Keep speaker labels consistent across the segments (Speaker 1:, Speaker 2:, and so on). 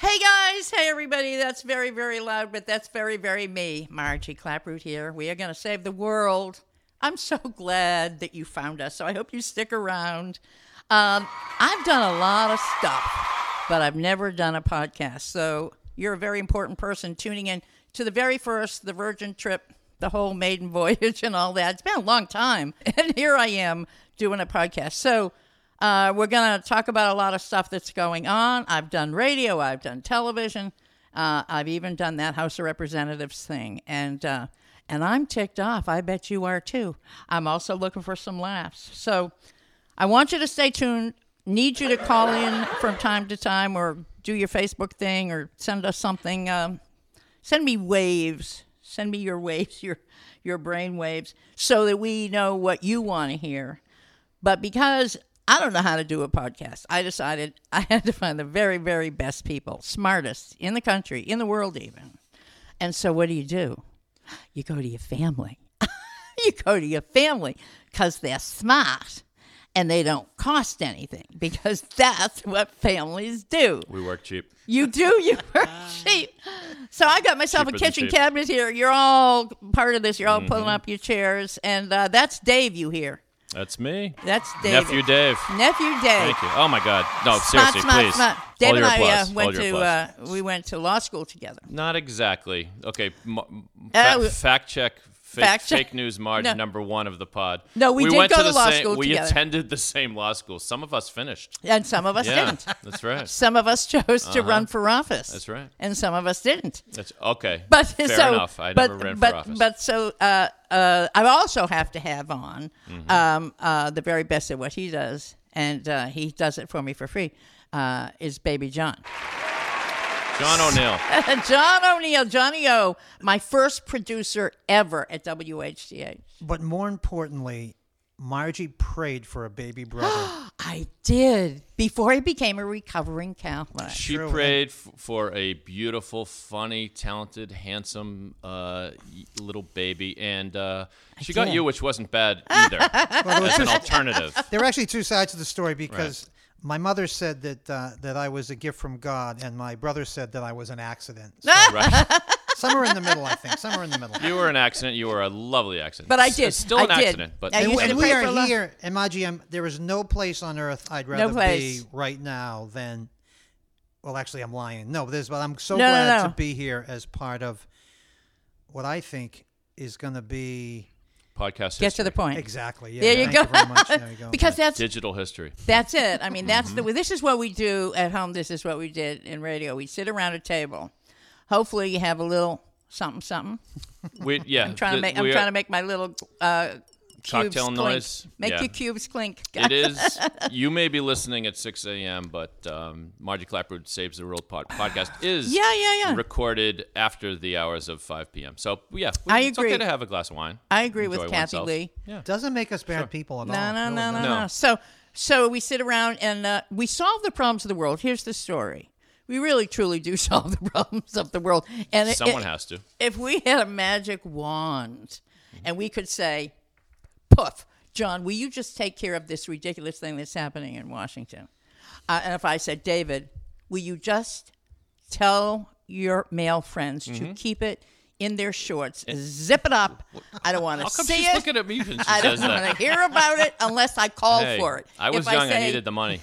Speaker 1: Please, hey everybody, that's very, very loud, but that's very, very me. Margie Claproot here. We are going to save the world. I'm so glad that you found us, so I hope you stick around. Um, I've done a lot of stuff, but I've never done a podcast. So you're a very important person tuning in to the very first, the Virgin Trip, the whole maiden voyage, and all that. It's been a long time, and here I am doing a podcast. So uh, we're going to talk about a lot of stuff that's going on. I've done radio, I've done television, uh, I've even done that House of Representatives thing, and uh, and I'm ticked off. I bet you are too. I'm also looking for some laughs. So I want you to stay tuned. Need you to call in from time to time, or do your Facebook thing, or send us something. Um, send me waves. Send me your waves, your your brain waves, so that we know what you want to hear. But because I don't know how to do a podcast, I decided I had to find the very, very best people, smartest in the country, in the world, even. And so, what do you do? You go to your family. you go to your family because they're smart and they don't cost anything because that's what families do.
Speaker 2: We work cheap.
Speaker 1: You do. You are cheap. So I got myself
Speaker 2: Cheaper
Speaker 1: a
Speaker 2: than
Speaker 1: kitchen
Speaker 2: cheap. Mm-hmm.
Speaker 1: cabinet here. You're all part of this. You're all pulling up your chairs, and uh, that's Dave. You hear?
Speaker 2: That's me.
Speaker 1: That's Dave.
Speaker 2: Nephew Dave.
Speaker 1: Nephew Dave.
Speaker 2: Thank you. Oh my God. No,
Speaker 1: Smart,
Speaker 2: seriously,
Speaker 1: smart,
Speaker 2: please.
Speaker 1: smart.
Speaker 2: All
Speaker 1: Dave
Speaker 2: your
Speaker 1: and I uh,
Speaker 2: applause. All
Speaker 1: went
Speaker 2: your
Speaker 1: to
Speaker 2: applause.
Speaker 1: uh, we went to law school together.
Speaker 2: Not exactly. Okay. m- m-
Speaker 1: Uh,
Speaker 2: fa-
Speaker 1: we-
Speaker 2: fact check. Fake,
Speaker 1: Fact check.
Speaker 2: fake news, Marge,
Speaker 1: No.
Speaker 2: number one of the pod.
Speaker 1: No, we did
Speaker 2: went
Speaker 1: go
Speaker 2: to
Speaker 1: to
Speaker 2: the
Speaker 1: law
Speaker 2: same,
Speaker 1: school
Speaker 2: We
Speaker 1: together.
Speaker 2: attended the same law school. Some of us finished.
Speaker 1: And some of us
Speaker 2: Yeah,
Speaker 1: didn't.
Speaker 2: that's right.
Speaker 1: Some of us chose to run for office.
Speaker 2: That's right.
Speaker 1: And some of us didn't.
Speaker 2: That's okay.
Speaker 1: But
Speaker 2: fair
Speaker 1: so,
Speaker 2: enough. I
Speaker 1: but,
Speaker 2: never ran
Speaker 1: but,
Speaker 2: for office.
Speaker 1: But so uh, uh, I also have to have on
Speaker 2: Mm-hmm.
Speaker 1: um, uh, the very best at what he does, and uh, he does it for me for free. Uh, is Baby John.
Speaker 2: John O'Neill.
Speaker 1: John O'Neill, Johnny O, my first producer ever at WHDH.
Speaker 3: But more importantly, Margie prayed for a baby brother.
Speaker 1: I did before he became a recovering Catholic.
Speaker 2: She
Speaker 3: True, and-
Speaker 2: prayed f- for a beautiful, funny, talented, handsome uh, y- little baby, and uh, she got
Speaker 1: did.
Speaker 2: you, which wasn't bad either. That's an alternative.
Speaker 3: there are actually two sides to the story because my mother said that uh, that I was a gift from God, and my brother said that I was an accident. So
Speaker 2: Right?
Speaker 3: somewhere in the middle, I think. Somewhere in the middle.
Speaker 2: You were an accident. You were a lovely accident.
Speaker 1: But I
Speaker 2: S-
Speaker 1: did.
Speaker 2: Still
Speaker 1: I
Speaker 2: an
Speaker 1: did.
Speaker 2: accident, but
Speaker 1: I
Speaker 3: and
Speaker 1: used
Speaker 3: and
Speaker 1: to
Speaker 3: we
Speaker 1: pray
Speaker 3: are
Speaker 1: for lo-
Speaker 3: here, and Margie, I'm, there is no place on earth I'd rather
Speaker 1: place.
Speaker 3: be right now than. Well, actually, I'm lying. No, there's, but I'm so
Speaker 1: No, no,
Speaker 3: glad
Speaker 1: no.
Speaker 3: to be here as part of what I think is going to be
Speaker 2: podcast
Speaker 1: Get to the
Speaker 2: history.
Speaker 1: point.
Speaker 3: exactly. Yeah,
Speaker 1: There you
Speaker 3: thank
Speaker 1: go.
Speaker 3: very much. There you go.
Speaker 1: Because that's
Speaker 2: Digital history.
Speaker 1: that's it. I mean,
Speaker 2: Mm-hmm.
Speaker 1: that's the this is what we do at home. This is what we did in radio. We sit around a table. Hopefully, you have a little something, something.
Speaker 2: We, yeah, I'm
Speaker 1: Trying to make. I'm trying to make my little uh, cubes
Speaker 2: Cocktail
Speaker 1: clink.
Speaker 2: noise.
Speaker 1: Make
Speaker 2: Yeah.
Speaker 1: your cubes clink.
Speaker 2: It is. You may be listening at 6 a.m., but um, Margie Clapwood Saves the World pod- podcast is
Speaker 1: Yeah, yeah, yeah.
Speaker 2: recorded after the hours of 5 p.m. So, yeah,
Speaker 1: I
Speaker 2: it's
Speaker 1: agree.
Speaker 2: okay to have a glass of wine.
Speaker 1: I agree
Speaker 2: Enjoy
Speaker 1: with Kathy
Speaker 2: oneself.
Speaker 1: Lee.
Speaker 2: Yeah.
Speaker 3: doesn't make us bad people at
Speaker 1: No,
Speaker 3: all.
Speaker 1: no,
Speaker 3: Really
Speaker 1: no, no,
Speaker 3: doesn't.
Speaker 1: no,
Speaker 2: No.
Speaker 1: So, so we sit around and uh, we solve the problems of the world. Here's the story. We really, truly do solve the problems of the world. And it-
Speaker 2: Someone
Speaker 1: it-
Speaker 2: has to.
Speaker 1: if we had a magic wand and we could say, poof, John, will you just take care of this ridiculous thing that's happening in Washington? Uh, and if I said, David, will you just tell your male friends to
Speaker 2: Mm-hmm.
Speaker 1: keep it in their shorts, zip it up? I don't want to
Speaker 2: How come
Speaker 1: see
Speaker 2: she's
Speaker 1: it.
Speaker 2: looking at me when she
Speaker 1: I don't
Speaker 2: says that?
Speaker 1: want to hear about it unless I call
Speaker 2: Hey,
Speaker 1: for it.
Speaker 2: I was
Speaker 1: if
Speaker 2: young.
Speaker 1: I, say,
Speaker 2: I needed the money.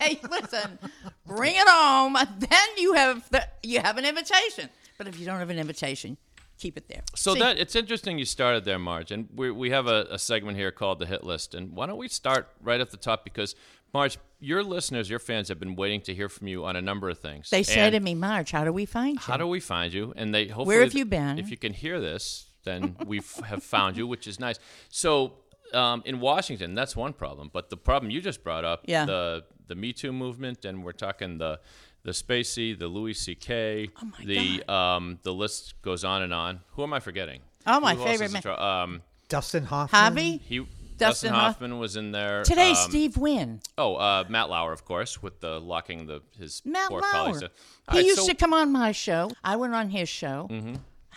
Speaker 1: Hey, listen, bring it home. Then you have the, you have an invitation. But if you don't have an invitation, keep it there.
Speaker 2: So
Speaker 1: See,
Speaker 2: that it's interesting you started there, Marge, and we we have a, a segment here called the Hit List, and why don't we start right off the top because Marge, your listeners, your fans have been waiting to hear from you on a number of things.
Speaker 1: they say
Speaker 2: And
Speaker 1: to me, Marge, how do we find you?
Speaker 2: "How do we find you?" And they hopefully
Speaker 1: have you been?
Speaker 2: If you can hear this, then we have found you, which is nice. So um, in Washington, that's one problem, but the problem you just brought up,
Speaker 1: Yeah.
Speaker 2: the the Me Too movement, and we're talking the the Spacey, the Louis C.K.,
Speaker 1: Oh
Speaker 2: the um, the list goes on and on. Who am I forgetting?
Speaker 1: Oh, my
Speaker 2: Who else is
Speaker 1: favorite
Speaker 2: in
Speaker 1: man.
Speaker 2: trou- Um,
Speaker 3: Dustin Hoffman.
Speaker 1: Javi?
Speaker 2: he Dustin,
Speaker 1: Hoff-
Speaker 2: Hoffman was in there
Speaker 1: Today,
Speaker 2: um,
Speaker 1: Steve Wynn.
Speaker 2: Oh, uh, Matt Lauer, of course, with the locking the his
Speaker 1: Matt
Speaker 2: poor
Speaker 1: Lauer.
Speaker 2: colleagues. All
Speaker 1: He
Speaker 2: right,
Speaker 1: used
Speaker 2: so- Mm-hmm.
Speaker 1: to come on my show. I went on his show.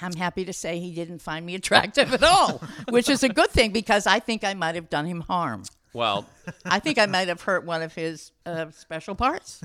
Speaker 1: I'm happy to say he didn't find me attractive at all, which is a good thing because I think I might have done him harm.
Speaker 2: Well,
Speaker 1: I think I might have hurt one of his uh, special parts.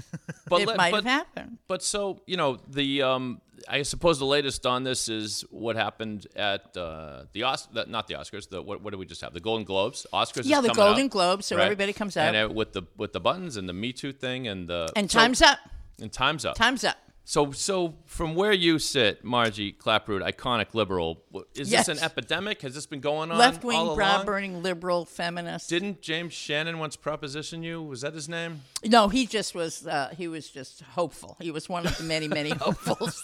Speaker 2: But
Speaker 1: it
Speaker 2: let-
Speaker 1: might
Speaker 2: but-
Speaker 1: have happened.
Speaker 2: But so you know, the um, I suppose the latest on this is what happened at uh, the Os- the- not the Oscars. The what, what did we just have? The Golden Globes. Oscars.
Speaker 1: Yeah,
Speaker 2: is
Speaker 1: the
Speaker 2: coming
Speaker 1: Golden
Speaker 2: up,
Speaker 1: Globes, so
Speaker 2: right?
Speaker 1: everybody comes
Speaker 2: And,
Speaker 1: out.
Speaker 2: uh, with the with the buttons and the Me Too thing and the
Speaker 1: And
Speaker 2: so-
Speaker 1: time's up.
Speaker 2: and times up.
Speaker 1: Time's up.
Speaker 2: so so from where you sit, Margie Claproot, iconic liberal, wh- is
Speaker 1: Yes.
Speaker 2: this an epidemic? Has this been going on
Speaker 1: Left
Speaker 2: all
Speaker 1: wing, brow
Speaker 2: along?
Speaker 1: burning, liberal, feminist.
Speaker 2: Didn't James Shannon once proposition you? Was that his name?
Speaker 1: no, he just was. Uh, he was just hopeful. He was one of the many, many hopefuls.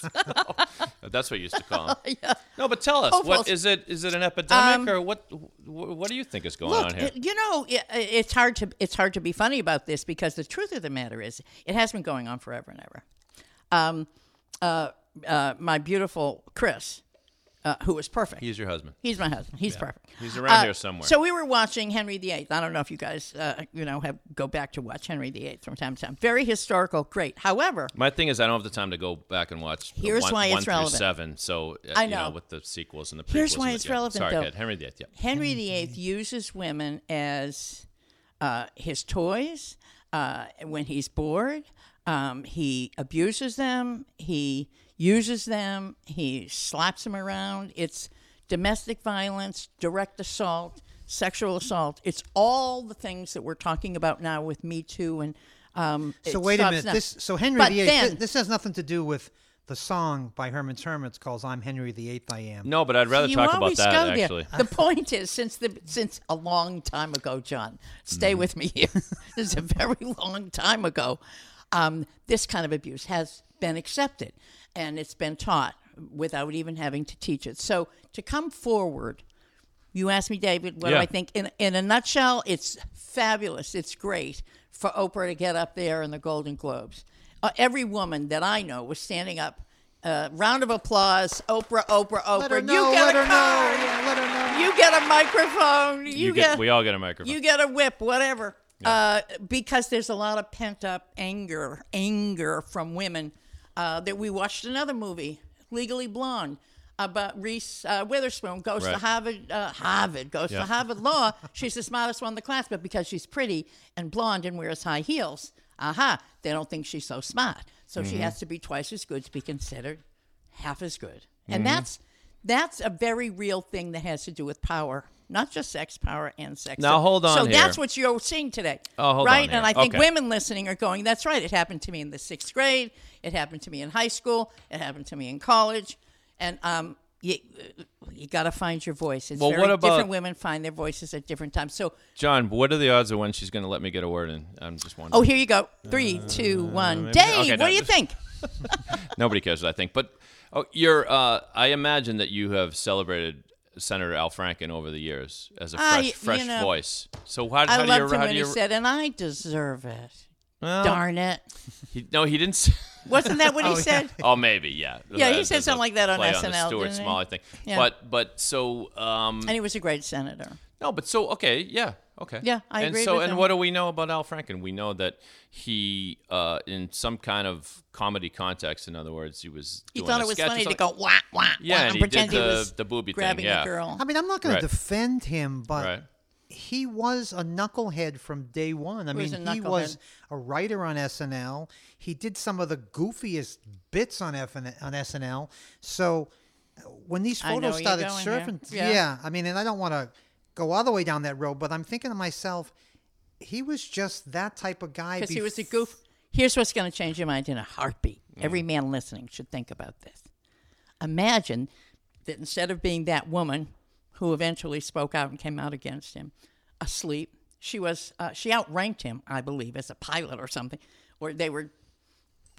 Speaker 2: That's what you used to call him. No, but tell us, what
Speaker 1: Hopefuls.
Speaker 2: is it? Is it an epidemic, or what? wh- What do you think is going
Speaker 1: Um, Look,
Speaker 2: on here?
Speaker 1: it- you know, i i- it's hard to it's hard to be funny about this because the truth of the matter is, it has been going on forever and ever. Um, uh, uh, my beautiful Chris, uh, who was perfect.
Speaker 2: He's your husband.
Speaker 1: He's my husband. He's perfect.
Speaker 2: He's around
Speaker 1: Uh,
Speaker 2: here somewhere.
Speaker 1: So we were watching Henry VIII. I don't know if you guys, uh, you know, have go back to watch Henry VIII from time to time. Very historical, great. However,
Speaker 2: My thing is, I don't have the time to go back and watch. the
Speaker 1: Here's
Speaker 2: one,
Speaker 1: why
Speaker 2: one
Speaker 1: it's
Speaker 2: through
Speaker 1: relevant.
Speaker 2: Seven. So uh,
Speaker 1: I
Speaker 2: you know
Speaker 1: know.
Speaker 2: with the sequels and the prequels.
Speaker 1: Here's why
Speaker 2: and the-
Speaker 1: it's
Speaker 2: yeah.
Speaker 1: relevant,
Speaker 2: Sorry,
Speaker 1: though.
Speaker 2: Kid. Henry VIII. Yeah.
Speaker 1: Henry VIII uses women as uh, his toys uh, when he's bored. Um, he abuses them. He uses them. He slaps them around. It's domestic violence, direct assault, sexual assault. It's all the things that we're talking about now with Me Too and. Um,
Speaker 3: So
Speaker 1: it
Speaker 3: wait a
Speaker 1: stops
Speaker 3: minute.
Speaker 1: now.
Speaker 3: This so Henry
Speaker 1: But
Speaker 3: VIII. thi-
Speaker 1: then-
Speaker 3: this has nothing to do with the song by Herman's Hermits called "I'm Henry VIII, I Am."
Speaker 2: No, but I'd rather
Speaker 1: you
Speaker 2: talk about
Speaker 1: always
Speaker 2: that
Speaker 1: go there.
Speaker 2: actually.
Speaker 1: The point is, since the since a long time ago, John, stay
Speaker 2: Mm-hmm.
Speaker 1: with me here. this is a very long time ago. Um, this kind of abuse has been accepted, and it's been taught without even having to teach it. So to come forward, you asked me, David, what
Speaker 2: Yeah.
Speaker 1: do I think? In in a nutshell, it's fabulous. It's great for Oprah to get up there in the Golden Globes. Uh, every woman that I know was standing up. Uh, round of applause, Oprah, Oprah, Oprah.
Speaker 3: Let her
Speaker 1: you
Speaker 3: know.
Speaker 1: get
Speaker 3: Let
Speaker 1: a
Speaker 3: her know.
Speaker 1: card.
Speaker 3: Yeah, let her know.
Speaker 1: You get a microphone. You,
Speaker 2: You
Speaker 1: get,
Speaker 2: get. We all get a microphone.
Speaker 1: you get a whip, whatever. Uh, because there's a lot of pent up anger, anger from women. Uh, that we watched another movie, Legally Blonde, about Reese uh, Witherspoon goes
Speaker 2: Right.
Speaker 1: to Harvard. Uh, Harvard goes
Speaker 2: Yeah.
Speaker 1: to Harvard Law. She's the smartest one in the class, but because she's pretty and blonde and wears high heels, aha, they don't think she's so smart. So
Speaker 2: Mm-hmm.
Speaker 1: she has to be twice as good to be considered half as good. And
Speaker 2: Mm-hmm.
Speaker 1: that's that's a very real thing that has to do with power, not just sex power and sex.
Speaker 2: Now, hold on
Speaker 1: So
Speaker 2: here.
Speaker 1: that's what you're seeing today,
Speaker 2: Oh, hold on
Speaker 1: right?
Speaker 2: here.
Speaker 1: And I think
Speaker 2: Okay.
Speaker 1: women listening are going, "That's right. It happened to me in the sixth grade. It happened to me in high school. It happened to me in college." And um, you, you got to find your voice. It's
Speaker 2: Well,
Speaker 1: very
Speaker 2: what about-
Speaker 1: different women find their voices at different times. So,
Speaker 2: John, what are the odds of when she's going to let me get a word in? I'm just wondering.
Speaker 1: oh, here you go. Three, two, one.
Speaker 2: Uh, maybe-
Speaker 1: Dave,
Speaker 2: okay,
Speaker 1: what
Speaker 2: no,
Speaker 1: do you
Speaker 2: this-
Speaker 1: think?
Speaker 2: Nobody cares, I think. But oh, you're. Uh, I imagine that you have celebrated Senator Al Franken over the years as a fresh,
Speaker 1: I- Ah, you
Speaker 2: fresh
Speaker 1: know,
Speaker 2: voice. So how, how
Speaker 1: I
Speaker 2: do you?
Speaker 1: loved him
Speaker 2: how
Speaker 1: when
Speaker 2: do you?
Speaker 1: he said, "And I deserve it."
Speaker 2: Well,
Speaker 1: Darn it!
Speaker 2: he- no, he didn't. Say,
Speaker 1: Wasn't that what he said?
Speaker 2: oh, maybe, yeah.
Speaker 1: Yeah, he
Speaker 2: Uh,
Speaker 1: said
Speaker 2: there's a
Speaker 1: something like that on
Speaker 2: play the
Speaker 1: SNL,
Speaker 2: Stuart
Speaker 1: didn't he?
Speaker 2: Smalley thing.
Speaker 1: Yeah.
Speaker 2: But but so um
Speaker 1: And he was a great senator.
Speaker 2: no, but so okay, yeah, okay.
Speaker 1: Yeah, I
Speaker 2: and
Speaker 1: agree
Speaker 2: so
Speaker 1: with
Speaker 2: and
Speaker 1: him.
Speaker 2: what do we know about Al Franken? We know that he uh in some kind of comedy context, in other words, he was
Speaker 1: He
Speaker 2: doing
Speaker 1: thought
Speaker 2: a
Speaker 1: it was
Speaker 2: sketch or
Speaker 1: funny to
Speaker 2: something.
Speaker 1: go wah wah
Speaker 2: Yeah,
Speaker 1: wah
Speaker 2: and
Speaker 1: and
Speaker 2: he
Speaker 1: pretend
Speaker 2: did
Speaker 1: he
Speaker 2: the-
Speaker 1: was
Speaker 2: the booby thing,
Speaker 1: grabbing
Speaker 2: yeah.
Speaker 1: a girl.
Speaker 3: I mean, I'm not going
Speaker 2: Right.
Speaker 3: to defend him, but
Speaker 2: Right.
Speaker 3: he was a knucklehead from day one. I
Speaker 1: was
Speaker 3: mean,
Speaker 1: a
Speaker 3: he
Speaker 1: knucklehead.
Speaker 3: was a writer on SNL. He did some of the goofiest bits on FN- on SNL. So uh, when these
Speaker 1: I know
Speaker 3: photos
Speaker 1: where
Speaker 3: started
Speaker 1: you're going
Speaker 3: surfing,
Speaker 1: here. Yeah.
Speaker 3: I mean, and I don't want to go all the way down that road, but I'm thinking to myself, he was just that type of guy.
Speaker 1: because he
Speaker 3: bef-
Speaker 1: was a goof. Here's what's going to change your mind in a heartbeat.
Speaker 2: Mm.
Speaker 1: Every man listening should think about this. Imagine that instead of being that woman who eventually spoke out and came out against him, asleep, she was uh, she outranked him, I believe, as a pilot or something, or they were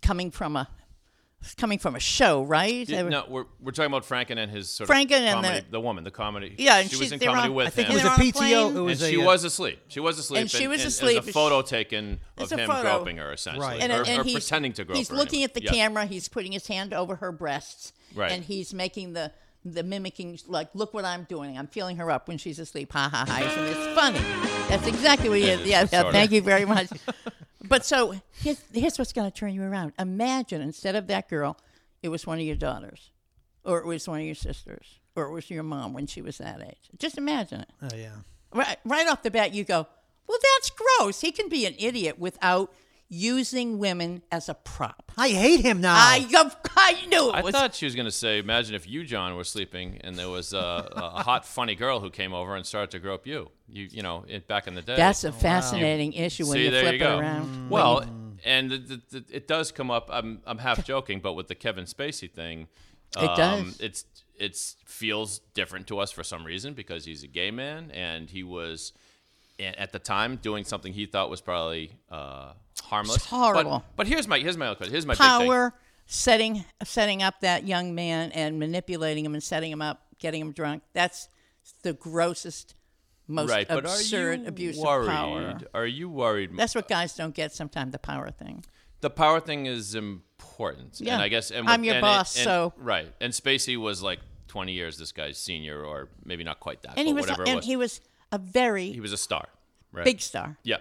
Speaker 1: coming from a coming from a show, right? They
Speaker 2: Yeah,
Speaker 1: were-
Speaker 2: no, we're, we're talking about Franken and his sort
Speaker 1: Franken
Speaker 2: of
Speaker 1: and
Speaker 2: comedy,
Speaker 1: the-
Speaker 2: woman, the comedy.
Speaker 1: Yeah, and
Speaker 2: she
Speaker 1: she's-
Speaker 2: was in
Speaker 1: they were
Speaker 2: comedy
Speaker 1: on-
Speaker 2: with
Speaker 1: I think
Speaker 2: him.
Speaker 3: it was
Speaker 1: They're
Speaker 3: a
Speaker 1: on a
Speaker 3: PTO.
Speaker 1: plane.
Speaker 3: It was
Speaker 2: and she
Speaker 3: a, uh,
Speaker 2: was asleep. She was asleep.
Speaker 1: And she was
Speaker 2: There's a
Speaker 1: asleep.
Speaker 2: photo taken of
Speaker 1: It's a
Speaker 2: him
Speaker 1: photo.
Speaker 2: groping her, essentially,
Speaker 3: Right.
Speaker 1: and,
Speaker 2: or,
Speaker 1: and
Speaker 2: or
Speaker 1: he's,
Speaker 2: pretending to grope
Speaker 1: he's
Speaker 2: her
Speaker 1: looking
Speaker 2: anyway.
Speaker 1: at the
Speaker 2: Yeah.
Speaker 1: camera he's putting his hand over her breasts
Speaker 2: Right.
Speaker 1: and he's making the the mimicking like look what i'm doing i'm feeling her up when she's asleep ha ha ha and it's funny that's exactly what he is
Speaker 2: It is,
Speaker 1: yeah,
Speaker 2: sort
Speaker 1: yeah
Speaker 2: of.
Speaker 1: thank you very much but so here's, here's what's going to turn you around imagine instead of that girl it was one of your daughters or it was one of your sisters or it was your mom when she was that age just imagine it
Speaker 3: Oh, yeah.
Speaker 1: right, right off the bat you go Well, that's gross. He can be an idiot without using women as a prop.
Speaker 3: I hate him now.
Speaker 1: I, I knew it
Speaker 2: I
Speaker 1: was
Speaker 2: thought she was going to say, imagine if you, John, were sleeping and there was a, a hot, funny girl who came over and started to grope you. You, you know, it, back in the day.
Speaker 1: That's a fascinating issue when
Speaker 2: See,
Speaker 1: you
Speaker 2: there
Speaker 1: flip
Speaker 2: you
Speaker 1: it
Speaker 2: go. Mm.
Speaker 1: around.
Speaker 2: Well, and the, the, the, it does come up. I'm I'm half joking, but with the Kevin Spacey thing, um,
Speaker 1: It does.
Speaker 2: It's it's feels different to us for some reason because he's a gay man and he was a- at the time doing something he thought was probably uh, harmless.
Speaker 1: It's horrible.
Speaker 2: But, but here's my here's my other question. Here's my Big thing.
Speaker 1: Power setting setting up that young man and manipulating him and setting him up, getting him drunk. That's the grossest, most
Speaker 2: Right, but
Speaker 1: absurd
Speaker 2: are you
Speaker 1: abuse
Speaker 2: worried?
Speaker 1: of power.
Speaker 2: Are you worried?
Speaker 1: That's what guys don't get sometimes. The power thing.
Speaker 2: the power thing is important.
Speaker 1: Yeah.
Speaker 2: And I guess and
Speaker 1: I'm
Speaker 2: with-
Speaker 1: your
Speaker 2: and
Speaker 1: boss,
Speaker 2: and-
Speaker 1: so-
Speaker 2: right. And Spacey was like 20 years this guy's senior, or maybe not quite that,
Speaker 1: And
Speaker 2: but
Speaker 1: he was
Speaker 2: whatever it
Speaker 1: and
Speaker 2: was.
Speaker 1: he was a very
Speaker 2: He was a star, right?
Speaker 1: big star.
Speaker 2: Yeah.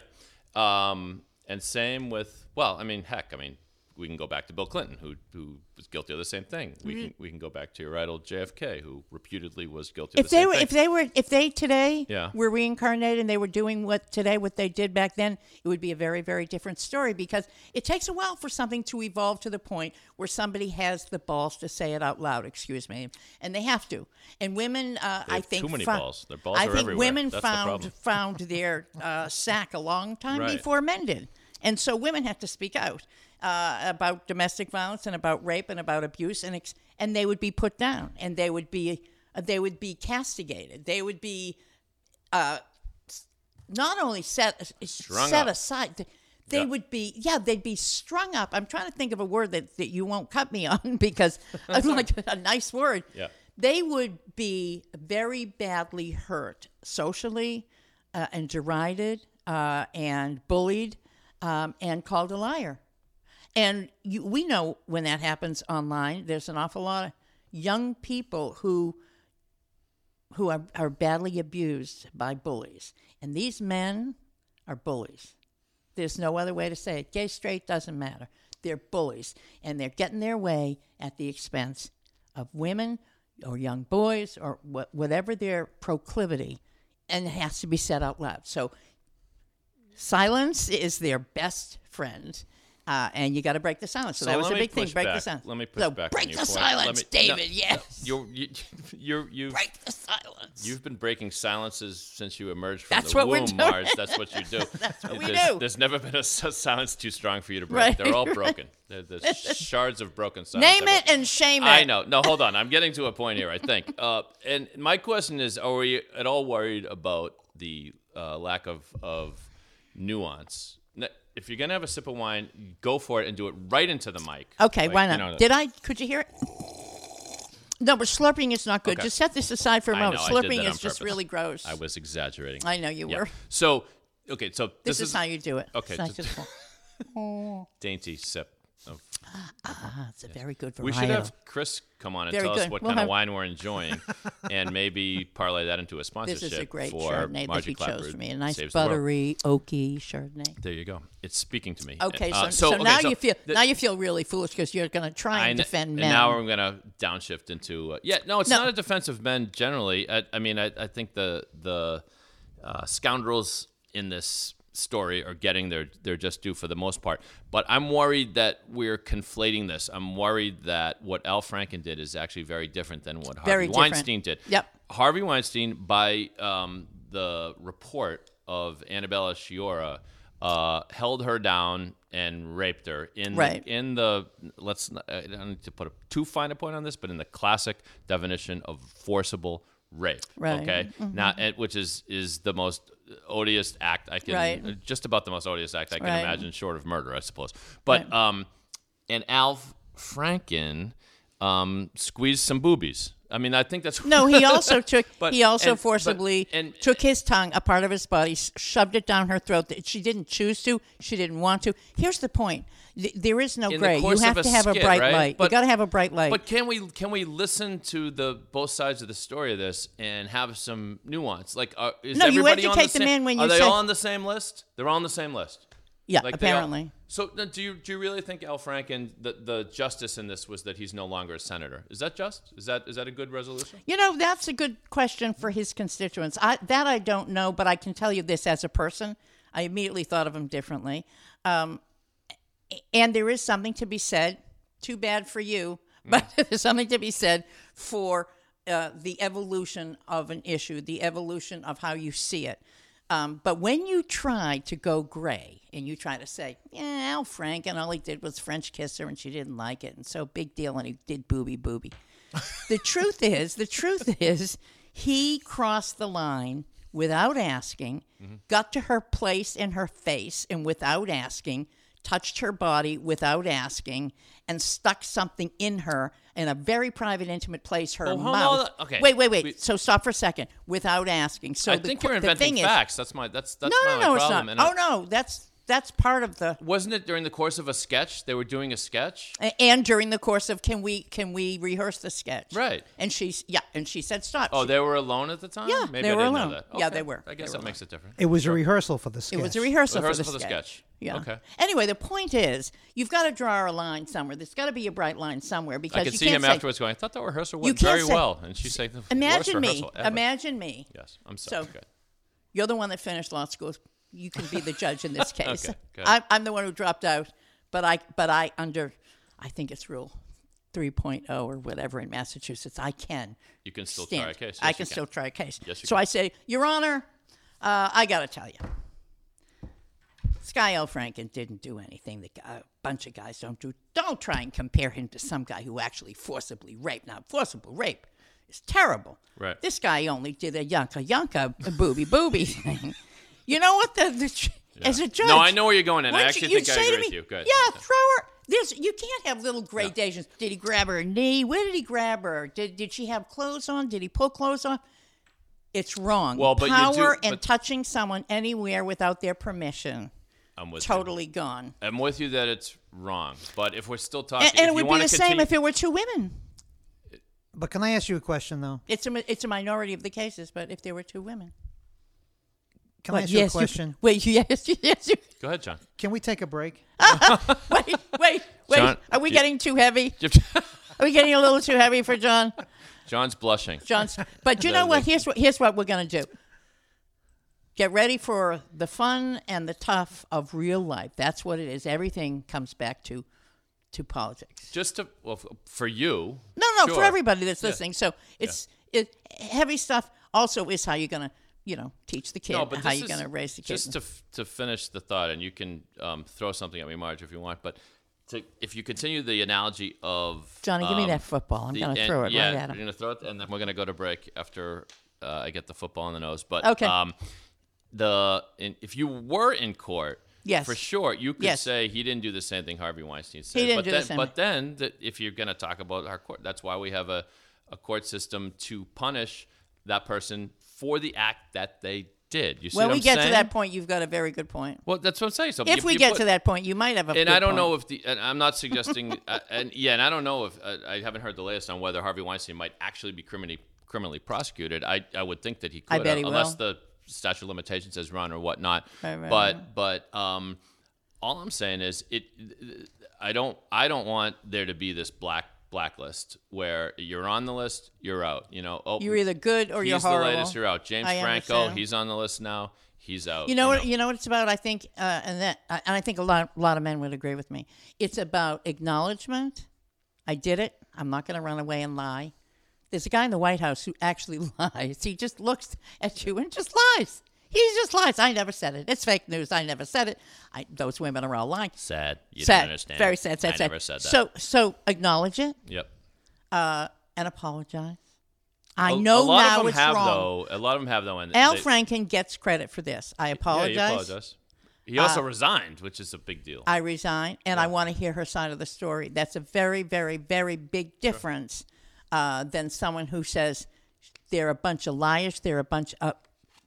Speaker 2: Um, and same with well, I mean, heck, I mean, we can go back to Bill Clinton, who who was guilty of the same thing. We
Speaker 1: Mm-hmm.
Speaker 2: can we can go back to your idol JFK, who reputedly was guilty
Speaker 1: If
Speaker 2: of the
Speaker 1: they
Speaker 2: same
Speaker 1: were,
Speaker 2: thing.
Speaker 1: if they were, if they today
Speaker 2: Yeah.
Speaker 1: were reincarnated and they were doing what today what they did back then, it would be a very, very different story because it takes a while for something to evolve to the point where somebody has the balls to say it out loud. Excuse me, and they have to. And women, uh, I
Speaker 2: have
Speaker 1: think,
Speaker 2: too many
Speaker 1: fou-
Speaker 2: balls. Their balls
Speaker 1: I
Speaker 2: are
Speaker 1: think
Speaker 2: everywhere.
Speaker 1: women
Speaker 2: That's the
Speaker 1: found
Speaker 2: problem.
Speaker 1: found their uh, sack a long time
Speaker 2: Right.
Speaker 1: before men did, and so women have to speak out uh, about domestic violence and about rape and about abuse, and ex- and they would be put down, and they would be uh, they would be castigated, they would be uh, not only set
Speaker 2: Strung
Speaker 1: set
Speaker 2: up.
Speaker 1: aside. th- They
Speaker 2: Yeah.
Speaker 1: would be, yeah, they'd be strung up. I'm trying to think of a word that, that you won't cut me on because I like a nice word
Speaker 2: Yeah.
Speaker 1: they would be very badly hurt socially uh, and derided uh, and bullied um, and called a liar. And you, we know when that happens online, there's an awful lot of young people who who are, are badly abused by bullies. And these men are bullies. There's no other way to say it. Gay, straight, doesn't matter. They're bullies, and they're getting their way at the expense of women or young boys or wha- whatever their proclivity, and it has to be said out loud. So, silence is their best friend. Uh, and you got to break the silence. So, that was
Speaker 2: let
Speaker 1: a
Speaker 2: me
Speaker 1: big thing.
Speaker 2: push
Speaker 1: Break the
Speaker 2: back.
Speaker 1: silence.
Speaker 2: Let me push
Speaker 1: so
Speaker 2: back. on
Speaker 1: Break
Speaker 2: your
Speaker 1: the
Speaker 2: point. Let
Speaker 1: silence,
Speaker 2: me- no,
Speaker 1: David. yes.
Speaker 2: You're, you, you're, you
Speaker 1: break the silence.
Speaker 2: You've been breaking silences since you emerged from
Speaker 1: That's
Speaker 2: the
Speaker 1: what we're
Speaker 2: womb,
Speaker 1: doing.
Speaker 2: Marge. That's what you do. That's
Speaker 1: what we
Speaker 2: there's,
Speaker 1: do.
Speaker 2: There's never been a s- silence too strong for you to break.
Speaker 1: Right,
Speaker 2: They're all
Speaker 1: right.
Speaker 2: broken. They're, there's shards of broken silence.
Speaker 1: Name it and shame it.
Speaker 2: I know. No, hold on. I'm getting to a point here. I think. Uh, and my question is: Are we at all worried about the uh, lack of of nuance? N- If you're gonna have a sip of wine, go for it and do it right into the mic.
Speaker 1: Okay,
Speaker 2: Like,
Speaker 1: why
Speaker 2: you
Speaker 1: not?
Speaker 2: know,
Speaker 1: Did I? Could you hear it? No, but slurping is not good.
Speaker 2: Okay.
Speaker 1: Just set this aside for a
Speaker 2: I know,
Speaker 1: moment.
Speaker 2: I did
Speaker 1: slurping
Speaker 2: that
Speaker 1: is
Speaker 2: on
Speaker 1: just
Speaker 2: purpose.
Speaker 1: really gross.
Speaker 2: I was exaggerating.
Speaker 1: I know you
Speaker 2: Yeah.
Speaker 1: were.
Speaker 2: So okay, so
Speaker 1: This,
Speaker 2: this,
Speaker 1: is, how you do it.
Speaker 2: okay,
Speaker 1: it's, not
Speaker 2: so-
Speaker 1: just full.
Speaker 2: dainty sip of
Speaker 1: Ah, it's a very good varietal.
Speaker 2: We should have Chris come on and
Speaker 1: Very
Speaker 2: tell us
Speaker 1: good.
Speaker 2: what
Speaker 1: We'll
Speaker 2: kind
Speaker 1: have-
Speaker 2: of wine we're enjoying, and maybe parlay that into a
Speaker 1: this
Speaker 2: sponsorship
Speaker 1: is a great
Speaker 2: for
Speaker 1: Chardonnay that
Speaker 2: Margie
Speaker 1: he chose
Speaker 2: Clapper
Speaker 1: for me. A nice
Speaker 2: Saves the World.
Speaker 1: buttery, oaky Chardonnay.
Speaker 2: There you go. It's speaking to me.
Speaker 1: Okay,
Speaker 2: And, uh,
Speaker 1: so, so,
Speaker 2: okay,
Speaker 1: now you feel
Speaker 2: the-
Speaker 1: now you feel really foolish because you're going to try
Speaker 2: I
Speaker 1: and
Speaker 2: kn-
Speaker 1: defend
Speaker 2: and
Speaker 1: men.
Speaker 2: now I'm gonna downshift into uh, yeah. No, it's
Speaker 1: No.
Speaker 2: not a defense of men generally. I, I mean, I, I think the the uh, scoundrels in this story are getting their their just due for the most part. But I'm worried that we're conflating this. I'm worried that what Al Franken did is actually very different than what Harvey
Speaker 1: Very different.
Speaker 2: Weinstein did.
Speaker 1: Yep.
Speaker 2: Harvey Weinstein, by um, the report of Annabella Shiora, uh, held her down and raped her in
Speaker 1: Right.
Speaker 2: the, in the let's not- I don't need to put a too fine a point on this, but in the classic definition of forcible rape.
Speaker 1: Right. Mm-hmm.
Speaker 2: Okay. Now, and- which is is the most odious act I can uh,
Speaker 1: Right.
Speaker 2: just about the most odious act I can
Speaker 1: Right.
Speaker 2: imagine, short of murder, I suppose. But um, and Al Franken um squeezed some boobies. I mean, I think that's
Speaker 1: No, he also took
Speaker 2: But-
Speaker 1: he also
Speaker 2: and- but-
Speaker 1: forcibly
Speaker 2: and-
Speaker 1: took his tongue, a part of his body, s- shoved it down her throat. That she didn't choose to, she didn't want to. Here's the point: Th- there is no
Speaker 2: In the
Speaker 1: gray. You
Speaker 2: course of
Speaker 1: have
Speaker 2: a
Speaker 1: to have a
Speaker 2: skit,
Speaker 1: bright
Speaker 2: right?
Speaker 1: light. you
Speaker 2: But-
Speaker 1: got to have a bright light.
Speaker 2: But can we can we listen to the both sides of the story of this and have some nuance? Like, are, is
Speaker 1: No, you
Speaker 2: everybody on the
Speaker 1: educate the
Speaker 2: same?
Speaker 1: man when
Speaker 2: are
Speaker 1: you
Speaker 2: they
Speaker 1: say-
Speaker 2: all on the same list? They're all on the same list.
Speaker 1: yeah,
Speaker 2: Like they all-
Speaker 1: apparently.
Speaker 2: so no, do you do you really think Al Franken the, the justice in this was that he's no longer a senator? Is that just? Is that is that a good resolution?
Speaker 1: You know, that's a good question for his constituents. I, that I don't know, but I can tell you this as a person. I immediately thought of him differently. Um, and there is something to be said. Too bad for you, but there's something to be said for uh, the evolution of an issue, the evolution of how you see it. Um, but when you try to go gray and you try to say, yeah, Al Franken, all he did was French kiss her and she didn't like it. And so big deal. And he did booby booby. the truth is, the truth is, he crossed the line without asking,
Speaker 2: Mm-hmm.
Speaker 1: got to her place in her face, and without asking, touched her body without asking, and stuck something in her in a very private, intimate place, her
Speaker 2: hold
Speaker 1: mouth.
Speaker 2: on. Okay.
Speaker 1: Wait, wait, wait.
Speaker 2: We-
Speaker 1: so stop for a second. Without asking. So
Speaker 2: I
Speaker 1: the,
Speaker 2: think
Speaker 1: qu-
Speaker 2: you're
Speaker 1: the
Speaker 2: inventing
Speaker 1: thing
Speaker 2: facts. that's my that's that's
Speaker 1: Is, no,
Speaker 2: my
Speaker 1: no,
Speaker 2: only
Speaker 1: no, it's
Speaker 2: problem.
Speaker 1: not.
Speaker 2: And
Speaker 1: oh no, that's that's part of the
Speaker 2: Wasn't it during the course of a sketch? They were doing a sketch.
Speaker 1: A- and during the course of can we can we rehearse the sketch
Speaker 2: Right.
Speaker 1: and she's yeah and she said stop
Speaker 2: Oh,
Speaker 1: She-
Speaker 2: they were alone at the time.
Speaker 1: Yeah,
Speaker 2: Maybe
Speaker 1: they
Speaker 2: I
Speaker 1: were
Speaker 2: didn't
Speaker 1: alone.
Speaker 2: Know that.
Speaker 1: Yeah,
Speaker 2: Okay.
Speaker 1: they were.
Speaker 2: I guess
Speaker 1: They
Speaker 2: that
Speaker 1: were
Speaker 2: makes it different.
Speaker 3: It was a rehearsal for the sketch.
Speaker 1: it was a rehearsal,
Speaker 2: Rehearsal
Speaker 1: for the sketch yeah
Speaker 2: Okay.
Speaker 1: anyway the point is you've got to draw a line somewhere there's got to be a bright line somewhere because
Speaker 2: I could
Speaker 1: you
Speaker 2: see
Speaker 1: can't
Speaker 2: him
Speaker 1: say,
Speaker 2: afterwards going, I thought that rehearsal went
Speaker 1: can't
Speaker 2: very
Speaker 1: say-
Speaker 2: well. And she's saying, the
Speaker 1: imagine
Speaker 2: worst
Speaker 1: me
Speaker 2: rehearsal ever."
Speaker 1: imagine me
Speaker 2: Yes, I'm sorry.
Speaker 1: So-
Speaker 2: Good.
Speaker 1: you're the one that finished law school. You can be the judge in this case.
Speaker 2: Okay, good.
Speaker 1: I'm, I'm the one who dropped out, but I but I under, I think it's rule 3.0 or whatever in Massachusetts. I can.
Speaker 2: You can still
Speaker 1: stand.
Speaker 2: try a case.
Speaker 1: I
Speaker 2: Yes,
Speaker 1: can,
Speaker 2: you can.
Speaker 1: still try a case.
Speaker 2: Yes, you
Speaker 1: so
Speaker 2: can.
Speaker 1: I say, Your Honor, uh, I got to tell you, Sky L. Franken didn't do anything that a bunch of guys don't do. Don't try and compare him to some guy who actually forcibly raped. Now, forcible rape is terrible.
Speaker 2: Right.
Speaker 1: This guy only did a yanka yanka a booby booby thing. You know what? The, the as a judge,
Speaker 2: No, I know where you're going, and I
Speaker 1: once
Speaker 2: actually
Speaker 1: you,
Speaker 2: think I
Speaker 1: say to
Speaker 2: agree with
Speaker 1: me,
Speaker 2: you. Good.
Speaker 1: Yeah,
Speaker 2: Okay.
Speaker 1: throw her. This you can't have little gradations. Did he grab her knee? Where did he grab her? Did did she have clothes on? Did he pull clothes on? It's wrong.
Speaker 2: Well, but you do-
Speaker 1: power and
Speaker 2: but-
Speaker 1: touching someone anywhere without their permission
Speaker 2: I'm with
Speaker 1: totally gone.
Speaker 2: you. I'm with you that it's wrong. But if we're still talking,
Speaker 1: And, and
Speaker 2: if
Speaker 1: it would
Speaker 2: you
Speaker 1: be
Speaker 2: wanna
Speaker 1: the same
Speaker 2: continue-
Speaker 1: if it were two women.
Speaker 3: But can I ask you a question though?
Speaker 1: It's a mi- it's a minority of the cases, but if there were two women,
Speaker 3: Can I
Speaker 1: What?
Speaker 3: ask you a
Speaker 1: yes,
Speaker 3: question?
Speaker 1: wait, yes, yes, you,
Speaker 2: Go ahead, John.
Speaker 3: Can we take a break?
Speaker 1: Uh, wait, wait, wait.
Speaker 2: John,
Speaker 1: Are we
Speaker 2: you-
Speaker 1: getting too heavy? Are we getting a little too heavy for John?
Speaker 2: John's blushing.
Speaker 1: John's. But you
Speaker 2: No,
Speaker 1: know what?
Speaker 2: thank
Speaker 1: Here's what here's what we're gonna do. Get ready for the fun and the tough of real life. That's what it is. Everything comes back to to politics.
Speaker 2: Just to, well, f- for you.
Speaker 1: No, no, for
Speaker 2: sure.
Speaker 1: everybody that's listening. So it's it heavy stuff. Also, is how you're gonna you know teach the kid
Speaker 2: No, but
Speaker 1: how
Speaker 2: this
Speaker 1: you're
Speaker 2: is-
Speaker 1: gonna raise the kid.
Speaker 2: Just to, f- to finish the thought, and you can um, throw something at me, Marge, if you want. But to, if you continue the analogy of
Speaker 1: Johnny, give me
Speaker 2: um,
Speaker 1: that football. I'm
Speaker 2: the-
Speaker 1: gonna
Speaker 2: and-
Speaker 1: throw it
Speaker 2: yeah,
Speaker 1: right at
Speaker 2: You're
Speaker 1: him.
Speaker 2: gonna throw it, and then we're gonna go to break after uh, I get the football in the nose. But
Speaker 1: Okay.
Speaker 2: um, the in, if you were in court,
Speaker 1: Yes.
Speaker 2: for sure, you could
Speaker 1: Yes.
Speaker 2: say he didn't do the same thing Harvey Weinstein said.
Speaker 1: didn't
Speaker 2: but
Speaker 1: do the
Speaker 2: then,
Speaker 1: same
Speaker 2: But then, that if you're gonna talk about our court, that's why we have a a court system to punish that person for the act that they did. You see
Speaker 1: When
Speaker 2: what
Speaker 1: we
Speaker 2: I'm
Speaker 1: get to
Speaker 2: saying?
Speaker 1: that point, you've got a very good point.
Speaker 2: Well, that's what I'm saying. So
Speaker 1: If
Speaker 2: you-
Speaker 1: we
Speaker 2: you
Speaker 1: get
Speaker 2: put-
Speaker 1: to that point, you might have a.
Speaker 2: and I don't know if the and I'm not suggesting uh, and yeah, and I don't know if uh, I haven't heard the latest on whether Harvey Weinstein might actually be criminally criminally prosecuted. I, I would think that he could uh,
Speaker 1: I bet he
Speaker 2: unless
Speaker 1: will.
Speaker 2: the statute of limitations has run or whatnot.
Speaker 1: Right, right,
Speaker 2: but but um, all I'm saying is it. I don't I don't want there to be this black blacklist where you're on the list, you're out. You know, oh,
Speaker 1: You're either good or you're
Speaker 2: he's
Speaker 1: horrible.
Speaker 2: the latest, you're out. James
Speaker 1: I
Speaker 2: Franco,
Speaker 1: understand.
Speaker 2: he's on the list now, he's out.
Speaker 1: You know what? You know what it's about. I think, uh, and that, uh, and I think a lot, a lot of men would agree with me. It's about acknowledgement. I did it. I'm not going to run away and lie. There's a guy in the White House who actually lies. He just looks at you and just lies. He just lies. I never said it. It's fake news. I never said it. I, those women are all lying.
Speaker 2: Sad. You
Speaker 1: sad.
Speaker 2: don't understand.
Speaker 1: Very sad. Sad.
Speaker 2: I
Speaker 1: sad.
Speaker 2: never said that.
Speaker 1: So, so acknowledge it uh,
Speaker 2: yep.
Speaker 1: and apologize. I
Speaker 2: A-
Speaker 1: know
Speaker 2: a lot
Speaker 1: now
Speaker 2: of them
Speaker 1: it's
Speaker 2: have
Speaker 1: wrong.
Speaker 2: though. A lot of them have though. And
Speaker 1: Al
Speaker 2: they-
Speaker 1: Franken gets credit for this. I
Speaker 2: yeah,
Speaker 1: apologize.
Speaker 2: you apologize. He
Speaker 1: Uh,
Speaker 2: also resigned, which is a big deal.
Speaker 1: I resign and I want to hear her side of the story. That's a very, very, very big difference uh, than someone who says they're a bunch of liars, they're a bunch of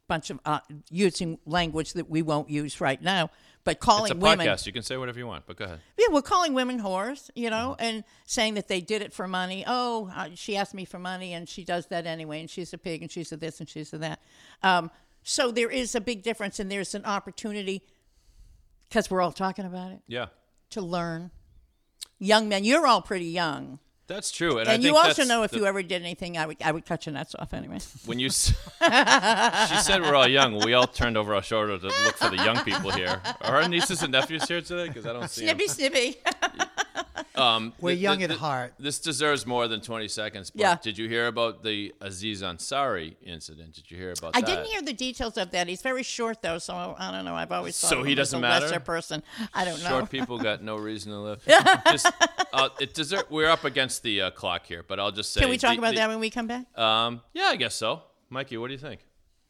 Speaker 1: bunch of uh, using language that we won't use right now, but
Speaker 2: it's
Speaker 1: calling
Speaker 2: a
Speaker 1: women
Speaker 2: podcast. You can say whatever you want, but go ahead.
Speaker 1: yeah, we're calling women whores, you know,
Speaker 2: Uh-huh.
Speaker 1: and saying that they did it for money. Oh, uh, she asked me for money, and she does that anyway, and she's a pig, and she's a this, and she's a that. Um, so there is a big difference, and there's an opportunity because we're all talking about it
Speaker 2: Yeah.
Speaker 1: to learn. Young men, you're all pretty young.
Speaker 2: That's true, and, I
Speaker 1: And you
Speaker 2: think
Speaker 1: also
Speaker 2: that's
Speaker 1: know if
Speaker 2: the-
Speaker 1: you ever did anything, I would I would cut your nuts off anyway.
Speaker 2: when you s- she said we're all young. We all turned over our shoulder to look for the young people here. Are our nieces and nephews here today? Because I don't see them.
Speaker 1: Snippy, snippy.
Speaker 2: Um,
Speaker 3: We're young at heart.
Speaker 2: This deserves more than 20 seconds. But
Speaker 1: Yeah.
Speaker 2: Did you hear about the Aziz Ansari incident? Did you hear about
Speaker 1: I
Speaker 2: that?
Speaker 1: didn't hear the details of that. He's very short though, so I don't know. I've always thought
Speaker 2: So
Speaker 1: of
Speaker 2: he
Speaker 1: him as
Speaker 2: doesn't
Speaker 1: a
Speaker 2: matter?
Speaker 1: lesser person. I don't know.
Speaker 2: Short people got no reason to live. just, uh, it deser- we're up against the uh, clock here, but I'll just say.
Speaker 1: Can we talk
Speaker 2: the-
Speaker 1: about
Speaker 2: the-
Speaker 1: that when we come back?
Speaker 2: Um, yeah, I guess so. Mikey, what do you think?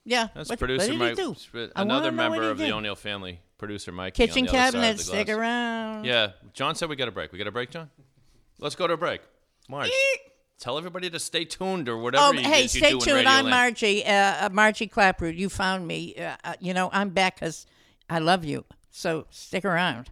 Speaker 1: yeah.
Speaker 2: That's
Speaker 1: what,
Speaker 2: producer
Speaker 1: what did
Speaker 2: Mike,
Speaker 1: he do? I wanna
Speaker 2: another
Speaker 1: know what
Speaker 2: member
Speaker 1: he
Speaker 2: of the
Speaker 1: did.
Speaker 2: O'Neill family. Producer Mike.
Speaker 1: kitchen
Speaker 2: on the other side of the
Speaker 1: cabinet. Stick
Speaker 2: glass.
Speaker 1: around.
Speaker 2: Yeah, John said we got a break. We got a break, John. Let's go to a break. Marge, tell everybody to stay tuned or whatever.
Speaker 1: Oh,
Speaker 2: you,
Speaker 1: hey,
Speaker 2: guys- you
Speaker 1: stay
Speaker 2: do in
Speaker 1: tuned.
Speaker 2: Radio
Speaker 1: I'm
Speaker 2: Land.
Speaker 1: Margie, uh, uh, Margie Claproot. You found me. Uh, uh, you know, I'm back because I love you. So stick around.